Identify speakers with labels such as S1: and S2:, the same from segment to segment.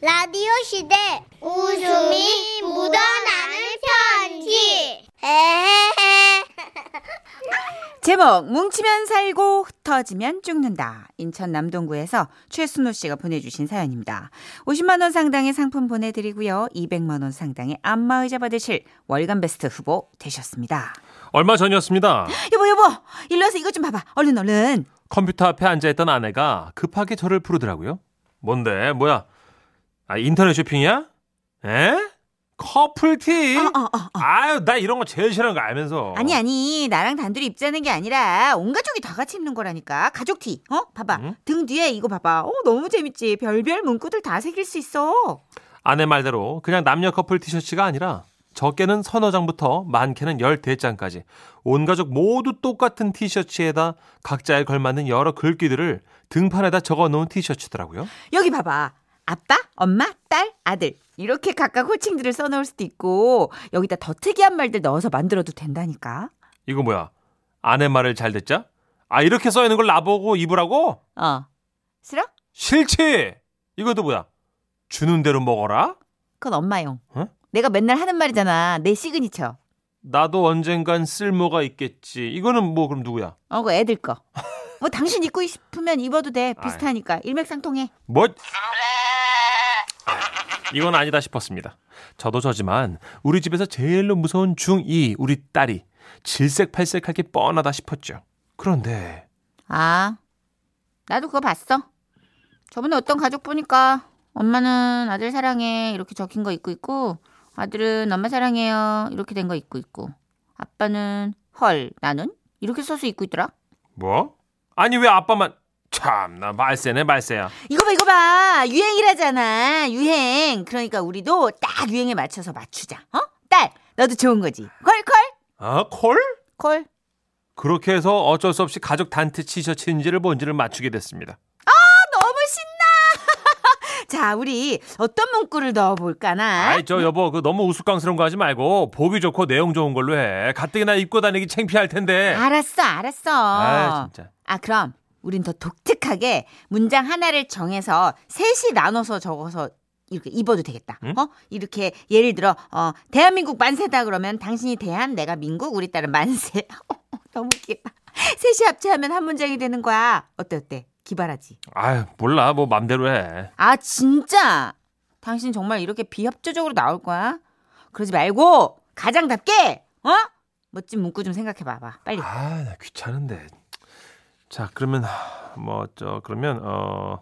S1: 라디오 시대 웃음이 묻어나는 편지 에헤헤
S2: 제목 뭉치면 살고 흩어지면 죽는다. 인천 남동구에서 최순호 씨가 보내주신 사연입니다. 50만 원 상당의 상품 보내드리고요. 200만 원 상당의 안마의자 받으실 월간 베스트 후보 되셨습니다.
S3: 얼마 전이었습니다.
S2: 여보 여보 일로 와서 이것 좀 봐봐. 얼른 얼른.
S3: 컴퓨터 앞에 앉아있던 아내가 급하게 저를 부르더라고요. 뭔데? 뭐야? 아, 인터넷 쇼핑이야? 에? 커플티?
S2: 어, 어, 어.
S3: 아유, 나 이런 거 제일 싫어하는 거 알면서.
S2: 아니 아니 나랑 단둘이 입자는 게 아니라 온 가족이 다 같이 입는 거라니까 가족 티. 어 봐봐
S3: 응?
S2: 등 뒤에 이거 봐봐. 어 너무 재밌지. 별별 문구들 다 새길 수 있어.
S3: 아내 말대로 그냥 남녀 커플 티셔츠가 아니라 적게는 서너 장부터 많게는 열대 장까지 온 가족 모두 똑같은 티셔츠에다 각자에 걸맞는 여러 글귀들을 등판에다 적어 놓은 티셔츠더라고요.
S2: 여기 봐봐. 아빠, 엄마, 딸, 아들. 이렇게 각각 호칭들을 써놓을 수도 있고 여기다 더 특이한 말들 넣어서 만들어도 된다니까.
S3: 이거 뭐야? 아내 말을 잘 듣자? 아, 이렇게 써 있는 걸 나보고 입으라고?
S2: 어. 싫어?
S3: 싫지! 이것도 뭐야? 주는 대로 먹어라?
S2: 그건 엄마용.
S3: 어?
S2: 내가 맨날 하는 말이잖아. 내 시그니처.
S3: 나도 언젠간 쓸모가 있겠지. 이거는 뭐 그럼 누구야?
S2: 어, 그 애들 거. 뭐 당신 입고 싶으면 입어도 돼. 비슷하니까 일맥상통해.
S3: 뭐? 이건 아니다 싶었습니다. 저도 저지만 우리 집에서 제일로 무서운 중2 우리 딸이 질색팔색할 게 뻔하다 싶었죠. 그런데
S2: 아, 나도 그거 봤어. 저번에 어떤 가족 보니까 엄마는 아들 사랑해 이렇게 적힌 거 있고 있고 아들은 엄마 사랑해요 이렇게 된 거 있고 있고 아빠는 헐 나는 이렇게 써서 입고 있더라.
S3: 뭐? 아니 왜 아빠만 참나 말세네 말세야.
S2: 이거 봐 이거 봐 유행이라잖아 유행 그러니까 우리도 딱 유행에 맞춰서 맞추자 어? 딸 너도 좋은 거지 콜콜
S3: 아 콜?
S2: 콜
S3: 그렇게 해서 어쩔 수 없이 가족 단체 티셔츠인지를 뭔지를 맞추게 됐습니다.
S2: 아, 너무 신나 자 우리 어떤 문구를 넣어볼까나
S3: 아이 저 여보 그 너무 우스꽝스러운 거 하지 말고 보기 좋고 내용 좋은 걸로 해. 가뜩이나 입고 다니기 창피할 텐데.
S2: 알았어, 알았어.
S3: 네. 아, 진짜.
S2: 아, 그럼 우린 더 독특하게 문장 하나를 정해서 셋이 나눠서 적어서 이렇게 입어도 되겠다.
S3: 응?
S2: 어? 이렇게 예를 들어 어, 대한민국 만세다 그러면 당신이 대한, 내가 민국, 우리 딸은 만세. 어, 너무 웃기다. 셋이 합체하면 한 문장이 되는 거야. 어때 어때? 기발하지.
S3: 아유 몰라 뭐 맘대로 해.
S2: 아, 진짜. 당신 정말 이렇게 비협조적으로 나올 거야? 그러지 말고 가장답게 어? 멋진 문구 좀 생각해 봐봐. 빨리.
S3: 아, 나 귀찮은데. 자, 그러면 뭐 저 그러면 어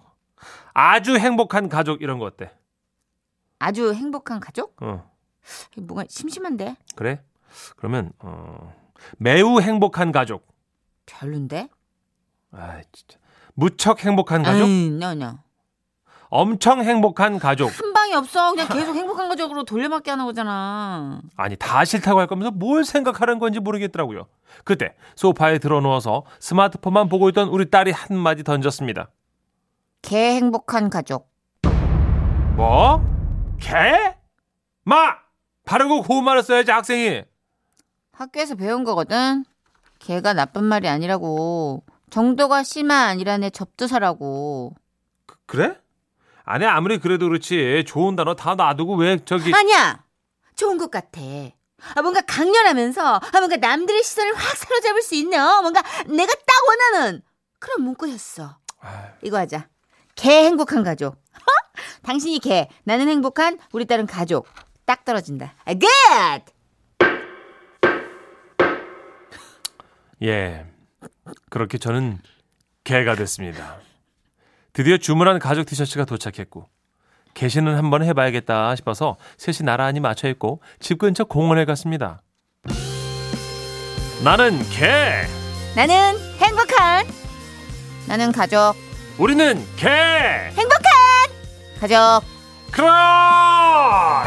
S3: 아주 행복한 가족 이런 거 어때?
S2: 아주 행복한 가족?
S3: 어.
S2: 뭔가 심심한데?
S3: 그래? 그러면 어 매우 행복한 가족.
S2: 별론데?
S3: 아, 진짜. 무척 행복한 가족?
S2: 에이, no, no.
S3: 엄청 행복한 가족.
S2: 한 방이 없어. 그냥 계속 행복한 가족으로 돌려막기 하는 거잖아.
S3: 아니 다 싫다고 할 거면서 뭘 생각하는 건지 모르겠더라고요. 그때 소파에 들어누워서 스마트폰만 보고 있던 우리 딸이 한마디 던졌습니다.
S2: 개 행복한 가족.
S3: 뭐? 개? 마! 바르고 고운 말을 써야지 학생이.
S2: 학교에서 배운 거거든. 개가 나쁜 말이 아니라고. 정도가 심한 이란의 접두사라고.
S3: 그래? 아니 아무리 그래도 그렇지 좋은 단어 다 놔두고 왜 저기
S2: 아니야! 좋은 것 같아. 아, 뭔가 강렬하면서, 아, 뭔가 남들의 시선을 확 사로잡을 수 있는, 어, 뭔가 내가 딱 원하는 그런 문구였어.
S3: 아,
S2: 이거 하자. 개 행복한 가족. 어? 당신이 개, 나는 행복한 우리 딸은 가족. 딱 떨어진다. 아, good.
S3: 예 그렇게 저는 개가 됐습니다. 드디어 주문한 가족 티셔츠가 도착했고 개시는 한번 해봐야겠다 싶어서 셋이 나란히 맞춰 입고 집 근처 공원에 갔습니다. 나는 개,
S2: 나는 행복한. 나는 가족.
S3: 우리는 개,
S2: 행복한. 가족. 아!
S3: 크라.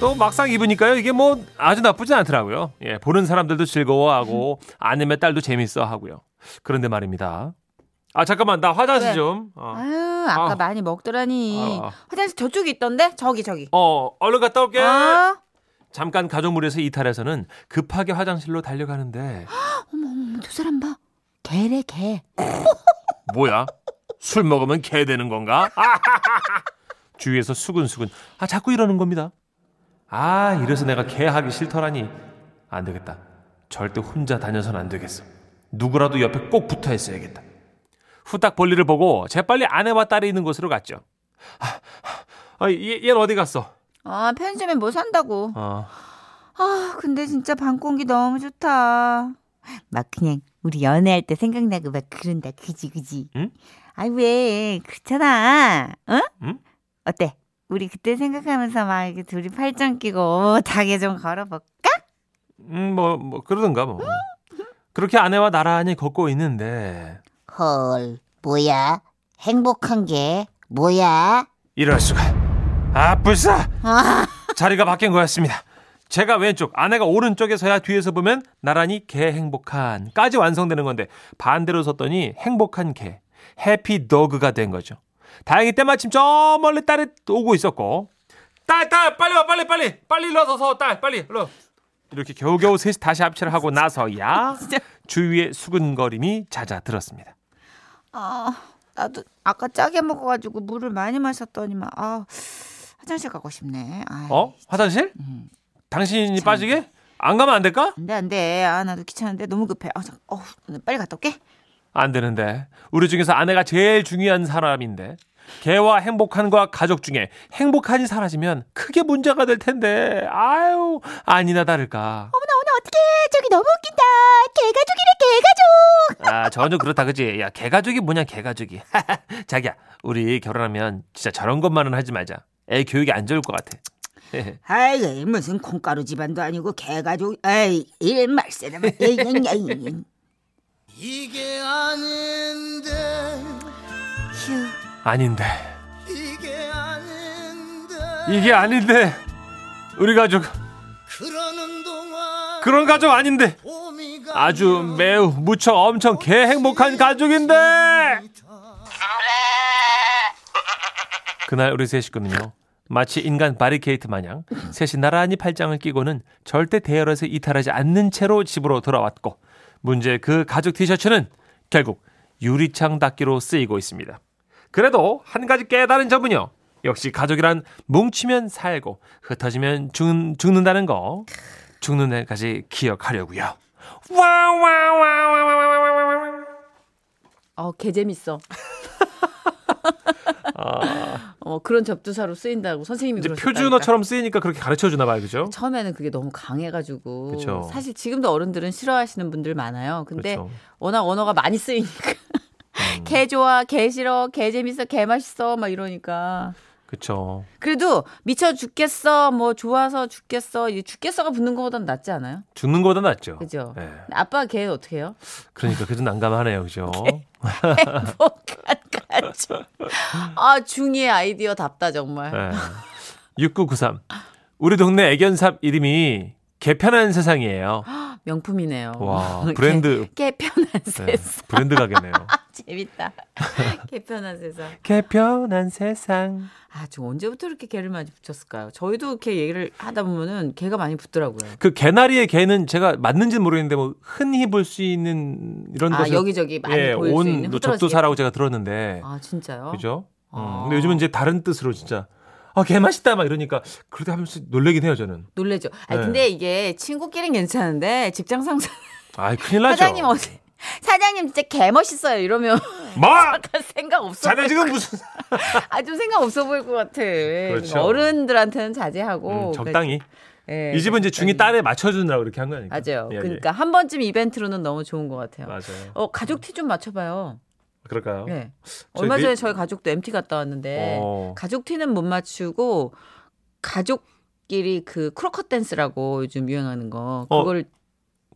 S3: 또 막상 입으니까요 이게 뭐 아주 나쁘진 않더라고요. 예, 보는 사람들도 즐거워하고 아님의 딸도 재밌어 하고요. 그런데 말입니다. 아 잠깐만 나 화장실
S2: 왜?
S3: 좀. 어.
S2: 아유, 아까
S3: 아.
S2: 많이 먹더라니.
S3: 아.
S2: 화장실 저쪽에 있던데? 저기 저기.
S3: 어, 얼른 갔다 올게.
S2: 아,
S3: 잠깐 가족물에서 이탈해서는 급하게 화장실로 달려가는데
S2: 어머 어머 어머, 두 사람 봐. 개래 개.
S3: 뭐야? 술 먹으면 개 되는 건가? 주위에서 수근수근 아 자꾸 이러는 겁니다. 아 이래서 내가 개 하기 싫더라니 안 되겠다. 절대 혼자 다녀선 안 되겠어. 누구라도 옆에 꼭 붙어 있어야겠다. 후딱 볼일을 보고 재빨리 아내와 딸이 있는 곳으로 갔죠. 아, 아, 얘, 얘는 어디 갔어?
S4: 아, 편의점에 뭐 산다고.
S3: 어,
S4: 아, 근데 진짜 방 공기 너무 좋다. 막 그냥 우리 연애할 때 생각나고 막 그런다. 그지 그지.
S3: 응?
S4: 아이 왜 그렇잖아. 응?
S3: 응?
S4: 어때? 우리 그때 생각하면서 막 이렇게 둘이 팔짱 끼고 다게 좀 걸어볼까?
S3: 음, 뭐, 뭐 그러든가 뭐. 그렇게 아내와 나란히 걷고 있는데
S5: 헐, 뭐야? 행복한 게 뭐야?
S3: 이럴 수가. 아, 불사! 자리가 바뀐 거였습니다. 제가 왼쪽, 아내가 오른쪽에 서야 뒤에서 보면 나란히 개 행복한까지 완성되는 건데 반대로 섰더니 행복한 개, 해피 더그가 된 거죠. 다행히 때마침 저 멀리 딸이 오고 있었고 딸, 딸, 빨리 와, 빨리, 빨리, 빨리 일로 서서 딸, 빨리 일로. 이렇게 겨우겨우 셋이 다시 합체를 하고 나서야 주위의 수근거림이 잦아들었습니다.
S4: 아, 나도 아까 짜게 먹어가지고 물을 많이 마셨더니만 아 화장실 가고 싶네. 아,
S3: 어? 화장실? 당신이 빠지게? 안 가면 안 될까?
S4: 안돼 안돼. 아 나도 귀찮은데 너무 급해. 아, 잠, 어, 빨리 갔다 올게.
S3: 안 되는데 우리 중에서 아내가 제일 중요한 사람인데 개와 행복한과 가족 중에 행복한이 사라지면 크게 문제가 될 텐데 아유 아니나 다를까
S5: 저기 너무 웃긴다. 개가족이래, 개가족.
S3: 아 전혀 그렇다 그지 야 개가족이 뭐냐 개가족이 자기야 우리 결혼하면 진짜 저런 것만은 하지 말자 애 교육이 안 좋을 것 같아
S5: 아이, 무슨 콩가루 집안도 아니고 개가족. 아이, 이 말세다.
S6: 이게 아닌데
S3: 아닌데
S6: 이게 아닌데
S3: 이게 아닌데 우리 가족
S6: 그러는 동안
S3: 그런 가족 아닌데
S6: 봄이 가
S3: 아주 매우 무척 엄청 개 행복한 가족인데 그날 우리 세 식구는요 마치 인간 바리케이트 마냥 셋이 나란히 팔짱을 끼고는 절대 대열에서 이탈하지 않는 채로 집으로 돌아왔고 문제 그 가죽 티셔츠는 결국 유리창 닦기로 쓰이고 있습니다 그래도 한 가지 깨달은 점은요 역시 가족이란 뭉치면 살고 흩어지면 죽, 죽는다는 거 죽는 날까지 기억하려고요. 와와와와와와와와.
S2: 어, 개 재밌어. 어, 그런 접두사로 쓰인다고 선생님이
S3: 아. 이제
S2: 그러셨다니까.
S3: 표준어처럼 쓰이니까 그렇게 가르쳐 주나 봐요, 그죠?
S2: 처음에는 그게 너무 강해가지고
S3: 그쵸.
S2: 사실 지금도 어른들은 싫어하시는 분들 많아요. 근데
S3: 그렇죠. 음.
S2: 워낙 언어가 많이 쓰이니까 개 좋아, 개 싫어, 개 재밌어, 개 맛있어 막 이러니까
S3: 그렇죠.
S2: 그래도 미쳐 죽겠어, 뭐 좋아서 죽겠어, 이 죽겠어가 붙는 것보단 낫지 않아요?
S3: 죽는 거보다 낫죠.
S2: 그죠?
S3: 예.
S2: 아빠 개 어떻게 해요?
S3: 그러니까 그래도 난감하네요, 그죠?
S2: 행복한 가족. 어, 아 중의 아이디어 답다 정말.
S3: 예. 6993. 우리 동네 애견삽 이름이 개편한 세상이에요.
S2: 명품이네요.
S3: 와, 브랜드.
S2: 개, 개 편한
S3: 예,
S2: 세상.
S3: 브랜드 가게네요.
S2: 재밌다. 개 편한 세상.
S3: 개편한 세상.
S2: 아, 저 언제부터 이렇게 개를 많이 붙였을까요? 저희도 이렇게 얘기를 하다 보면은 개가 많이 붙더라고요.
S3: 그 개나리의 개는 제가 맞는지 는 모르겠는데 뭐 흔히 볼 수 있는 이런
S2: 아,
S3: 곳에
S2: 여기저기 많이
S3: 예,
S2: 보일 수 있는
S3: 온
S2: 흐트러지게.
S3: 접두사라고 제가 들었는데
S2: 아, 진짜요?
S3: 그죠? 음,
S2: 아.
S3: 근데 요즘은 이제 다른 뜻으로 진짜 아 개맛있다 막 이러니까 그래도 한 번씩 놀래긴 해요 저는.
S2: 놀래죠. 아,
S3: 네.
S2: 근데 이게 친구끼리는 괜찮은데 직장 상사
S3: 아 큰일 나죠.
S2: 사장님 어디 사장님 진짜 개 멋있어요. 이러면
S3: 뭐?
S2: 약간 생각 없어.
S3: 자네 지금 무슨?
S2: 아, 좀 생각 없어 보일 것 같아. 예,
S3: 그렇죠.
S2: 어른들한테는 자제하고 그
S3: 음, 적당히
S2: 예,
S3: 이 집은 이제 중이
S2: 적당히.
S3: 딸에 맞춰주느라고 이렇게 한 거 아니까. 예,
S2: 맞아요. 그러니까 한 번쯤 이벤트로는 너무 좋은 것 같아요.
S3: 맞아요.
S2: 어, 가족 티 좀 맞춰 봐요.
S3: 그럴까요?
S2: 네.
S3: 저희
S2: 얼마
S3: 내-
S2: 전에 저희 가족도 MT 갔다 왔는데
S3: 어.
S2: 가족 티는 못 맞추고 가족끼리 그 크로커 댄스라고 요즘 유행하는 거
S3: 어,
S2: 그걸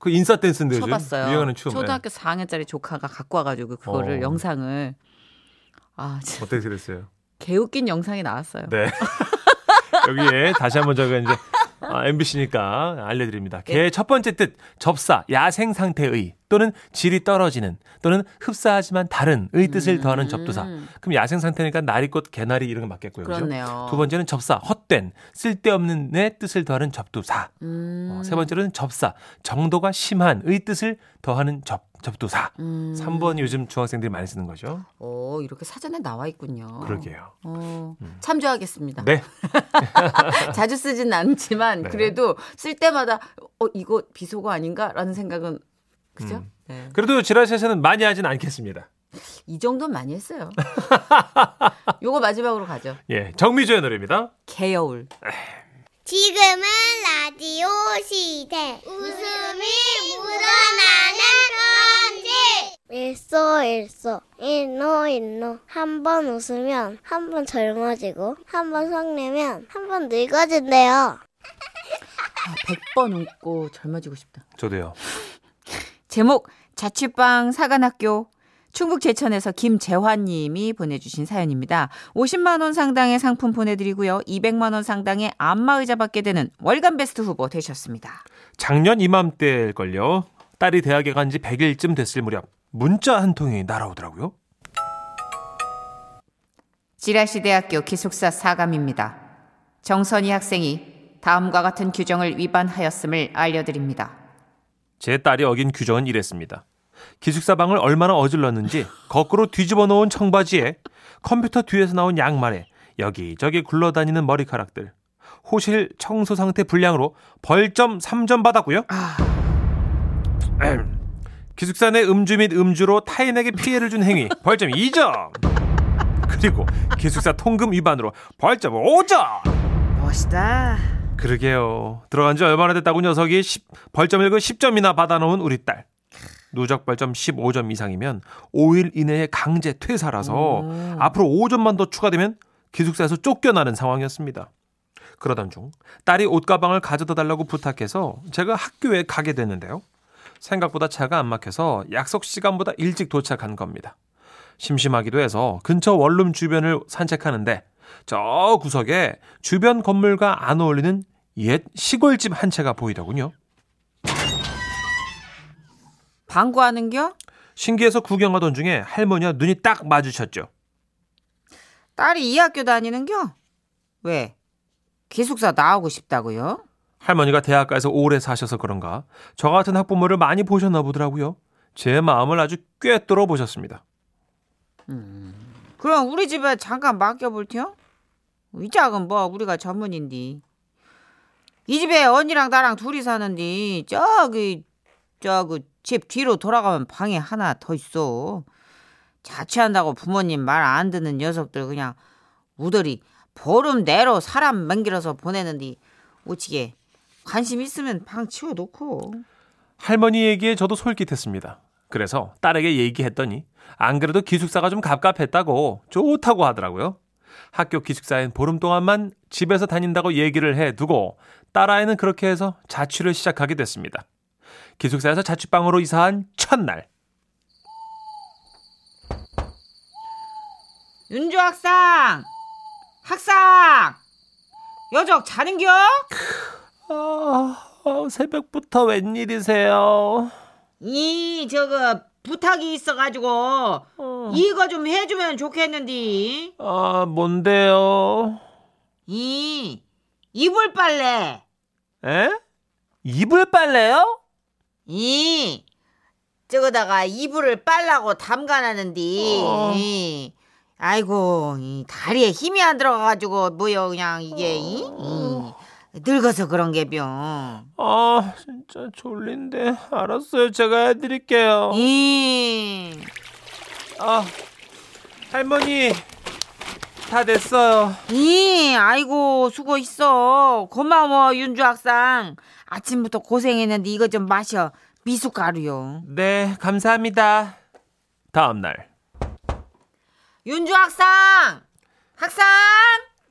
S3: 그 인싸 댄스인데 요즘
S2: 쳐봤어요.
S3: 유행하는 춤.
S2: 초등학교 4학년짜리 조카가 갖고 와가지고 그거를
S3: 어.
S2: 영상을 아 진짜
S3: 예. 어떻게 들었어요?
S2: 개웃긴 영상이 나왔어요.
S3: 네. 여기에 다시 한번 제가 이제 아, MBC니까 알려드립니다. 개의 첫 번째 뜻 접사, 야생 상태의 또는 질이 떨어지는 또는 흡사하지만 다른의 뜻을 더하는 접두사. 그럼 야생 상태니까 나리꽃, 개나리 이런 거 맞겠고요. 그죠?
S2: 그렇네요.
S3: 두 번째는 접사, 헛된, 쓸데없는의 뜻을 더하는
S2: 음.
S3: 접두사. 어, 세 번째로는 접사, 정도가 심한의 뜻을 더하는 접, 접두사.
S7: 음.
S3: 3번 요즘 중학생들이 많이 쓰는 거죠.
S2: 어,
S7: 오, 이렇게 사전에 나와 있군요.
S3: 그러게요. 음.
S7: 어, 참조하겠습니다.
S3: 네.
S7: 자주 쓰진 않지만
S3: 네.
S7: 그래도 쓸 때마다 어 이거 비속어 아닌가라는 생각은 그죠?
S3: 음.
S7: 네.
S3: 그래도 지라시에서는 많이 하진 않겠습니다.
S7: 이 정도는 많이 했어요. 요거 마지막으로 가죠.
S3: 예, 정미조의 노래입니다.
S7: 개여울.
S1: 지금은 라디오 시대. 웃음이 묻어나는 편지. 일소 일소 일노 일노 한 번 웃으면 한 번 젊어지고 한 번 성내면 한 번 늙어진대요.
S2: 아,
S7: 100번 웃고 젊어지고 싶다.
S3: 저도요.
S2: 제목 자취방 사관학교 충북 제천에서 김재환 님이 보내주신 사연입니다. 50만 원 상당의 상품 보내드리고요. 200만 원 상당의 안마의자 받게 되는 월간 베스트 후보 되셨습니다.
S3: 작년 이맘때일걸요. 딸이 대학에 간 지 100일쯤 됐을 무렵 문자 한 통이 날아오더라고요.
S2: 지라시대학교 기숙사 사감입니다. 정선희 학생이 다음과 같은 규정을 위반하였음을 알려드립니다.
S3: 제 딸이 어긴 규정은 이랬습니다. 기숙사 방을 얼마나 어질렀는지 거꾸로 뒤집어 놓은 청바지에 컴퓨터 뒤에서 나온 양말에 여기저기 굴러다니는 머리카락들 호실 청소 상태 불량으로 벌점 3점 받았고요. 에헴. 기숙사 내 음주 및 음주로 타인에게 피해를 준 행위 벌점 2점. 그리고 기숙사 통금 위반으로 벌점 5점.
S8: 멋있다.
S3: 그러게요. 들어간 지 얼마나 됐다고 녀석이 10, 벌점 1급 10점이나 받아놓은 우리 딸. 누적 벌점 15점 이상이면 5일 이내에 강제 퇴사라서 앞으로 5점만 더 추가되면 기숙사에서 쫓겨나는 상황이었습니다. 그러던 중 딸이 옷가방을 가져다 달라고 부탁해서 제가 학교에 가게 됐는데요. 생각보다 차가 안 막혀서 약속 시간보다 일찍 도착한 겁니다. 심심하기도 해서 근처 원룸 주변을 산책하는데 저 구석에 주변 건물과 안 어울리는 옛 시골집 한 채가 보이더군요.
S2: 방구하는겨?
S3: 신기해서 구경하던 중에 할머니와 눈이 딱 마주쳤죠.
S2: 딸이 이 학교 다니는겨? 왜? 기숙사 나오고 싶다고요?
S3: 할머니가 대학가에서 오래 사셔서 그런가 저 같은 학부모를 많이 보셨나 보더라고요. 제 마음을 아주 꿰뚫어 보셨습니다.
S2: 그럼 우리 집에 잠깐 맡겨볼텨? 이 작은 뭐 우리가 전문인디. 이 집에 언니랑 나랑 둘이 사는디 저기 저그 집 뒤로 돌아가면 방에 하나 더 있어. 자취한다고 부모님 말 안 듣는 녀석들 그냥 우들이 보름 내로 사람 맹길어서 보내는디 오치게 관심 있으면 방 치워놓고.
S3: 할머니 얘기에 저도 솔깃했습니다. 그래서 딸에게 얘기했더니 안 그래도 기숙사가 좀 갑갑했다고 좋다고 하더라고요. 학교 기숙사엔 보름 동안만 집에서 다닌다고 얘기를 해두고 딸아이는 그렇게 해서 자취를 시작하게 됐습니다. 기숙사에서 자취방으로 이사한 첫날
S2: 윤주 학상! 학상! 여적 자는겨?
S3: 아, 새벽부터 웬일이세요?
S2: 이 저거 부탁이 있어가지고 이거 좀 해주면 좋겠는데
S3: 아, 뭔데요?
S2: 이 이불 빨래
S3: 에? 이불 빨래요?
S2: 이 저거다가 이불을 빨라고 담가놨는데
S3: 어.
S2: 이 아이고 이 다리에 힘이 안 들어가가지고 뭐여 그냥 이게 이? 이 늙어서 그런 게병
S3: 아, 진짜 졸린데. 알았어요. 제가 해드릴게요.
S2: 이
S3: 아, 할머니 다 됐어요.
S2: 이 아이고 수고했어 고마워 윤주 학상 아침부터 고생했는데 이거 좀 마셔 미숫가루요
S3: 네, 감사합니다. 다음 날.
S2: 윤주 학상 학상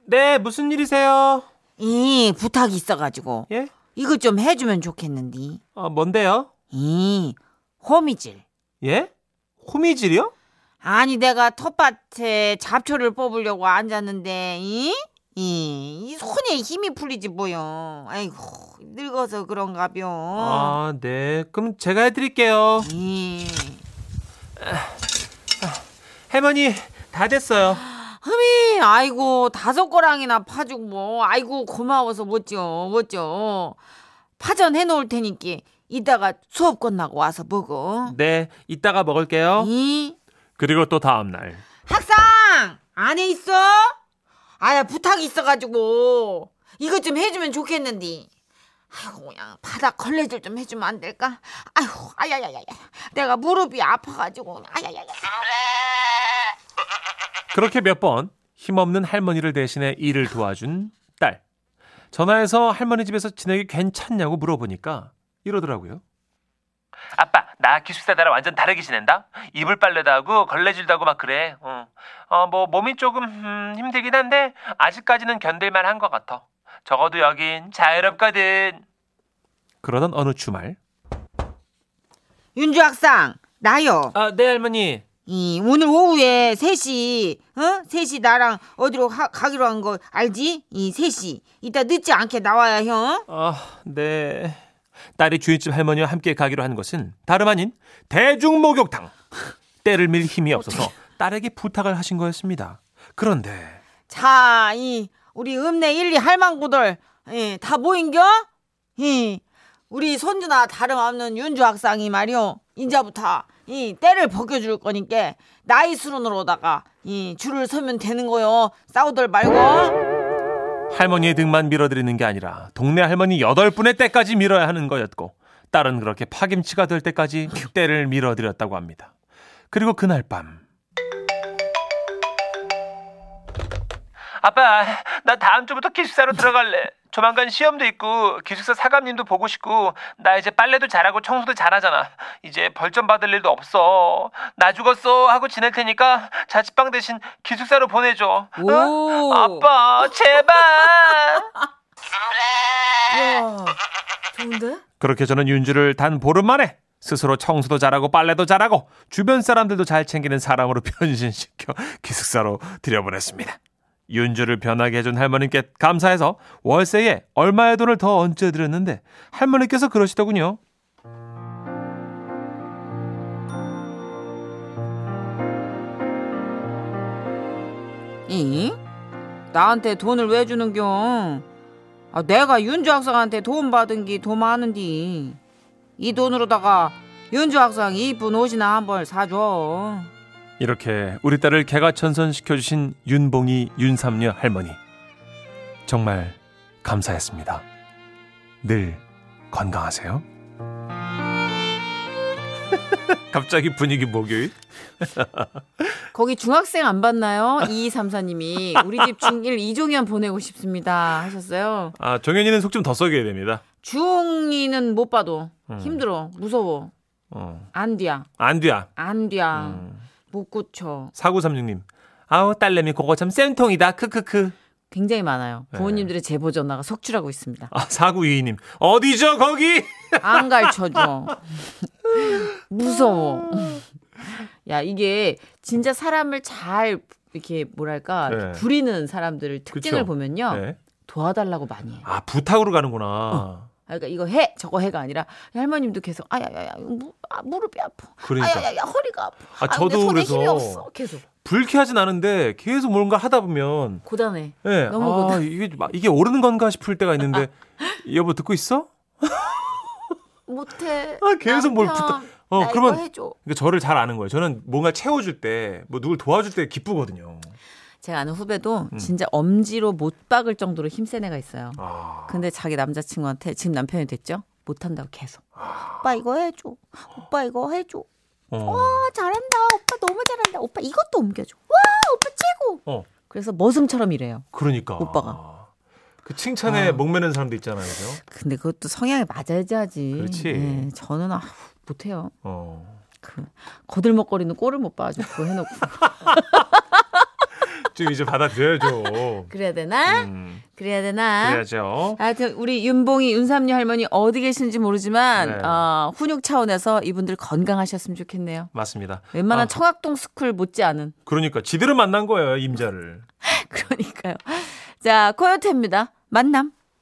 S3: 네, 무슨 일이세요?
S2: 이 부탁이 있어가지고
S3: 예?
S2: 이거 좀 해주면 좋겠는데
S3: 아, 뭔데요?
S2: 이 호미질
S3: 예? 호미질이요?
S2: 아니 내가 텃밭에 잡초를 뽑으려고 앉았는데 이? 이, 이 손에 힘이 풀리지 뭐여 아이고 늙어서 그런가벼
S3: 아, 네. 그럼 제가 해드릴게요.
S2: 이.
S3: 할머니 다 됐어요.
S2: 흠이 아이고 다섯 거랑이나 파주고 뭐 아이고 고마워서 멋져 멋져 파전 해놓을 테니께 이따가 수업 끝나고 와서 보고.
S3: 네, 이따가 먹을게요.
S2: 이
S3: 그리고 또 다음 날.
S9: 학상 안에 있어? 아야 부탁이 있어가지고 이것 좀 해주면 좋겠는데. 아이고 그냥 바닥 걸레질 좀 해주면 안 될까? 아이고 아야야야야 내가 무릎이 아파가지고 아야야야.
S3: 그렇게 몇 번 힘없는 할머니를 대신해 일을 도와준 딸. 전화해서 할머니 집에서 지내기 괜찮냐고 물어보니까 이러더라고요. 아빠, 나 기숙사다라 완전 다르게 지낸다. 이불 빨래도 하고 걸레질도 하고 막 그래. 어, 어, 뭐 몸이 조금 음, 힘들긴 한데 아직까지는 견딜만 한 것 같아. 적어도 여긴 자유롭거든. 그러던 어느 주말.
S9: 윤주 학상 나요.
S3: 아, 네 할머니.
S9: 이 오늘 오후에 셋이 어 셋이 나랑 어디로 가, 가기로 한 거 알지? 이 셋이 이따 늦지 않게 나와야 형.
S3: 아, 네. 딸이 주인집 할머니와 함께 가기로 한 것은 다름 아닌 대중목욕탕. 때를 밀 힘이 없어서 딸에게 부탁을 하신 거였습니다. 그런데
S9: 자, 이 우리 읍내 1, 2 할망구들 예, 다 모인겨? 예, 우리 손주나 다름없는 윤주 학상이 말이오. 인자부터 이 때를 벗겨줄 거니까 나이 수론으로다가 이 줄을 서면 되는 거요. 싸우들 말고.
S3: 할머니의 등만 밀어드리는 게 아니라 동네 할머니 여덟 분의 때까지 밀어야 하는 거였고 딸은 그렇게 파김치가 될 때까지 때를 밀어드렸다고 합니다. 그리고 그날 밤 아빠 나 다음 주부터 기숙사로 들어갈래. 조만간 시험도 있고 기숙사 사감님도 보고 싶고 나 이제 빨래도 잘하고 청소도 잘하잖아. 이제 벌점 받을 일도 없어. 나 죽었어 하고 지낼 테니까 자취방 대신 기숙사로 보내줘. 응?
S2: 오.
S3: 아빠 제발.
S2: 좋은데?
S3: 그렇게 저는 윤주를 단 보름 만에 스스로 청소도 잘하고 빨래도 잘하고 주변 사람들도 잘 챙기는 사람으로 변신시켜 기숙사로 들여보냈습니다. 윤주를 변하게 해준 할머님께 감사해서 월세에 얼마의 돈을 더 얹어드렸는데 할머니께서 그러시더군요.
S2: 이 나한테 돈을 왜 주는겨? 아, 내가 윤주 학생한테 돈 받은 게 더 많은디. 이 돈으로다가 윤주 학생 이쁜 옷이나 한 벌 사줘.
S3: 이렇게 우리 딸을 개가천선시켜주신 윤봉이 윤삼녀 할머니 정말 감사했습니다. 늘 건강하세요. 갑자기 분위기 목요일?
S2: 거기 중학생 안 봤나요? 2234님이 우리 집 중1 이종현 보내고 싶습니다 하셨어요.
S3: 아 정현이는 속 좀 더 썩여야 됩니다.
S2: 중이는 못 봐도
S3: 음.
S2: 힘들어 무서워
S3: 어.
S2: 안 돼야
S3: 안돼야.
S2: 안 돼야
S3: 음.
S2: 못 고쳐
S3: 사구삼육님. 아우 딸내미 그거 참 쌤통이다. 크크크.
S2: 굉장히 많아요
S3: 네.
S2: 부모님들의 제보 전화가 속출하고 있습니다
S3: 아 사구이이님 어디죠 거기?
S2: 안 가르쳐줘 무서워 야 이게 진짜 사람을 잘 이렇게 뭐랄까
S3: 네.
S2: 부리는 사람들을 특징을
S3: 그쵸.
S2: 보면요
S3: 네.
S2: 도와달라고 많이 해요
S3: 아 부탁으로 가는구나.
S2: 그러니까 이거 해 저거 해가 아니라 할머님도 계속 아야야야 무, 아, 무릎이 아파
S3: 그러니까.
S2: 아야야야 허리가 아파
S3: 아,
S2: 아, 근데
S3: 저도
S2: 손에
S3: 그래서-
S2: 힘이 없어 계속
S3: 불쾌하진 않은데 계속 뭔가 하다 보면
S2: 고단해
S3: 예.
S2: 너무
S3: 아,
S2: 고단.
S3: 이게 막- 이게 오르는 건가 싶을 때가 있는데 여보 듣고 있어?
S2: 못해.
S3: 아, 계속 뭘 부탁- 어,
S2: 나
S3: 그러면-
S2: 이거 해줘.
S3: 그러니까 저를 잘 아는 거예요. 저는 뭔가 채워줄 때 뭐 누굴 도와줄 때 기쁘거든요.
S2: 제가 아는 후배도
S3: 음.
S2: 진짜 엄지로 못 박을 정도로 힘센 애가 있어요.
S3: 아.
S2: 근데 자기 남자친구한테 지금 남편이 됐죠? 못한다고 계속.
S3: 아.
S2: 오빠 이거 해줘. 오빠 이거 해줘.
S3: 어.
S2: 아 잘한다. 오빠 너무 잘한다. 오빠 이것도 옮겨줘. 와 오빠 최고.
S3: 어.
S2: 그래서 머슴처럼 이래요.
S3: 그러니까.
S2: 오빠가. 어.
S3: 그 칭찬에 목매는 사람도 있잖아요. 그죠?
S2: 근데 그것도 성향에 맞아야지 하지.
S3: 그렇지.
S2: 예, 저는 아, 못해요.
S3: 어.
S2: 그 거들먹거리는 꼴을 못 봐가지고 그거 해놓고
S3: 음. 좀 이제 받아들여야죠.
S2: 그래야 되나?
S3: 음,
S2: 그래야 되나?
S3: 그래야죠.
S2: 하여튼 우리 윤봉이 윤삼녀 할머니 어디 계신지 모르지만
S3: 네.
S2: 어, 훈육 차원에서 이분들 건강하셨으면 좋겠네요.
S3: 맞습니다.
S2: 웬만한
S3: 아.
S2: 청학동 스쿨 못지않은
S3: 그러니까 지대로 만난 거예요, 임자를.
S2: 그러니까요. 자 코요태입니다. 만남.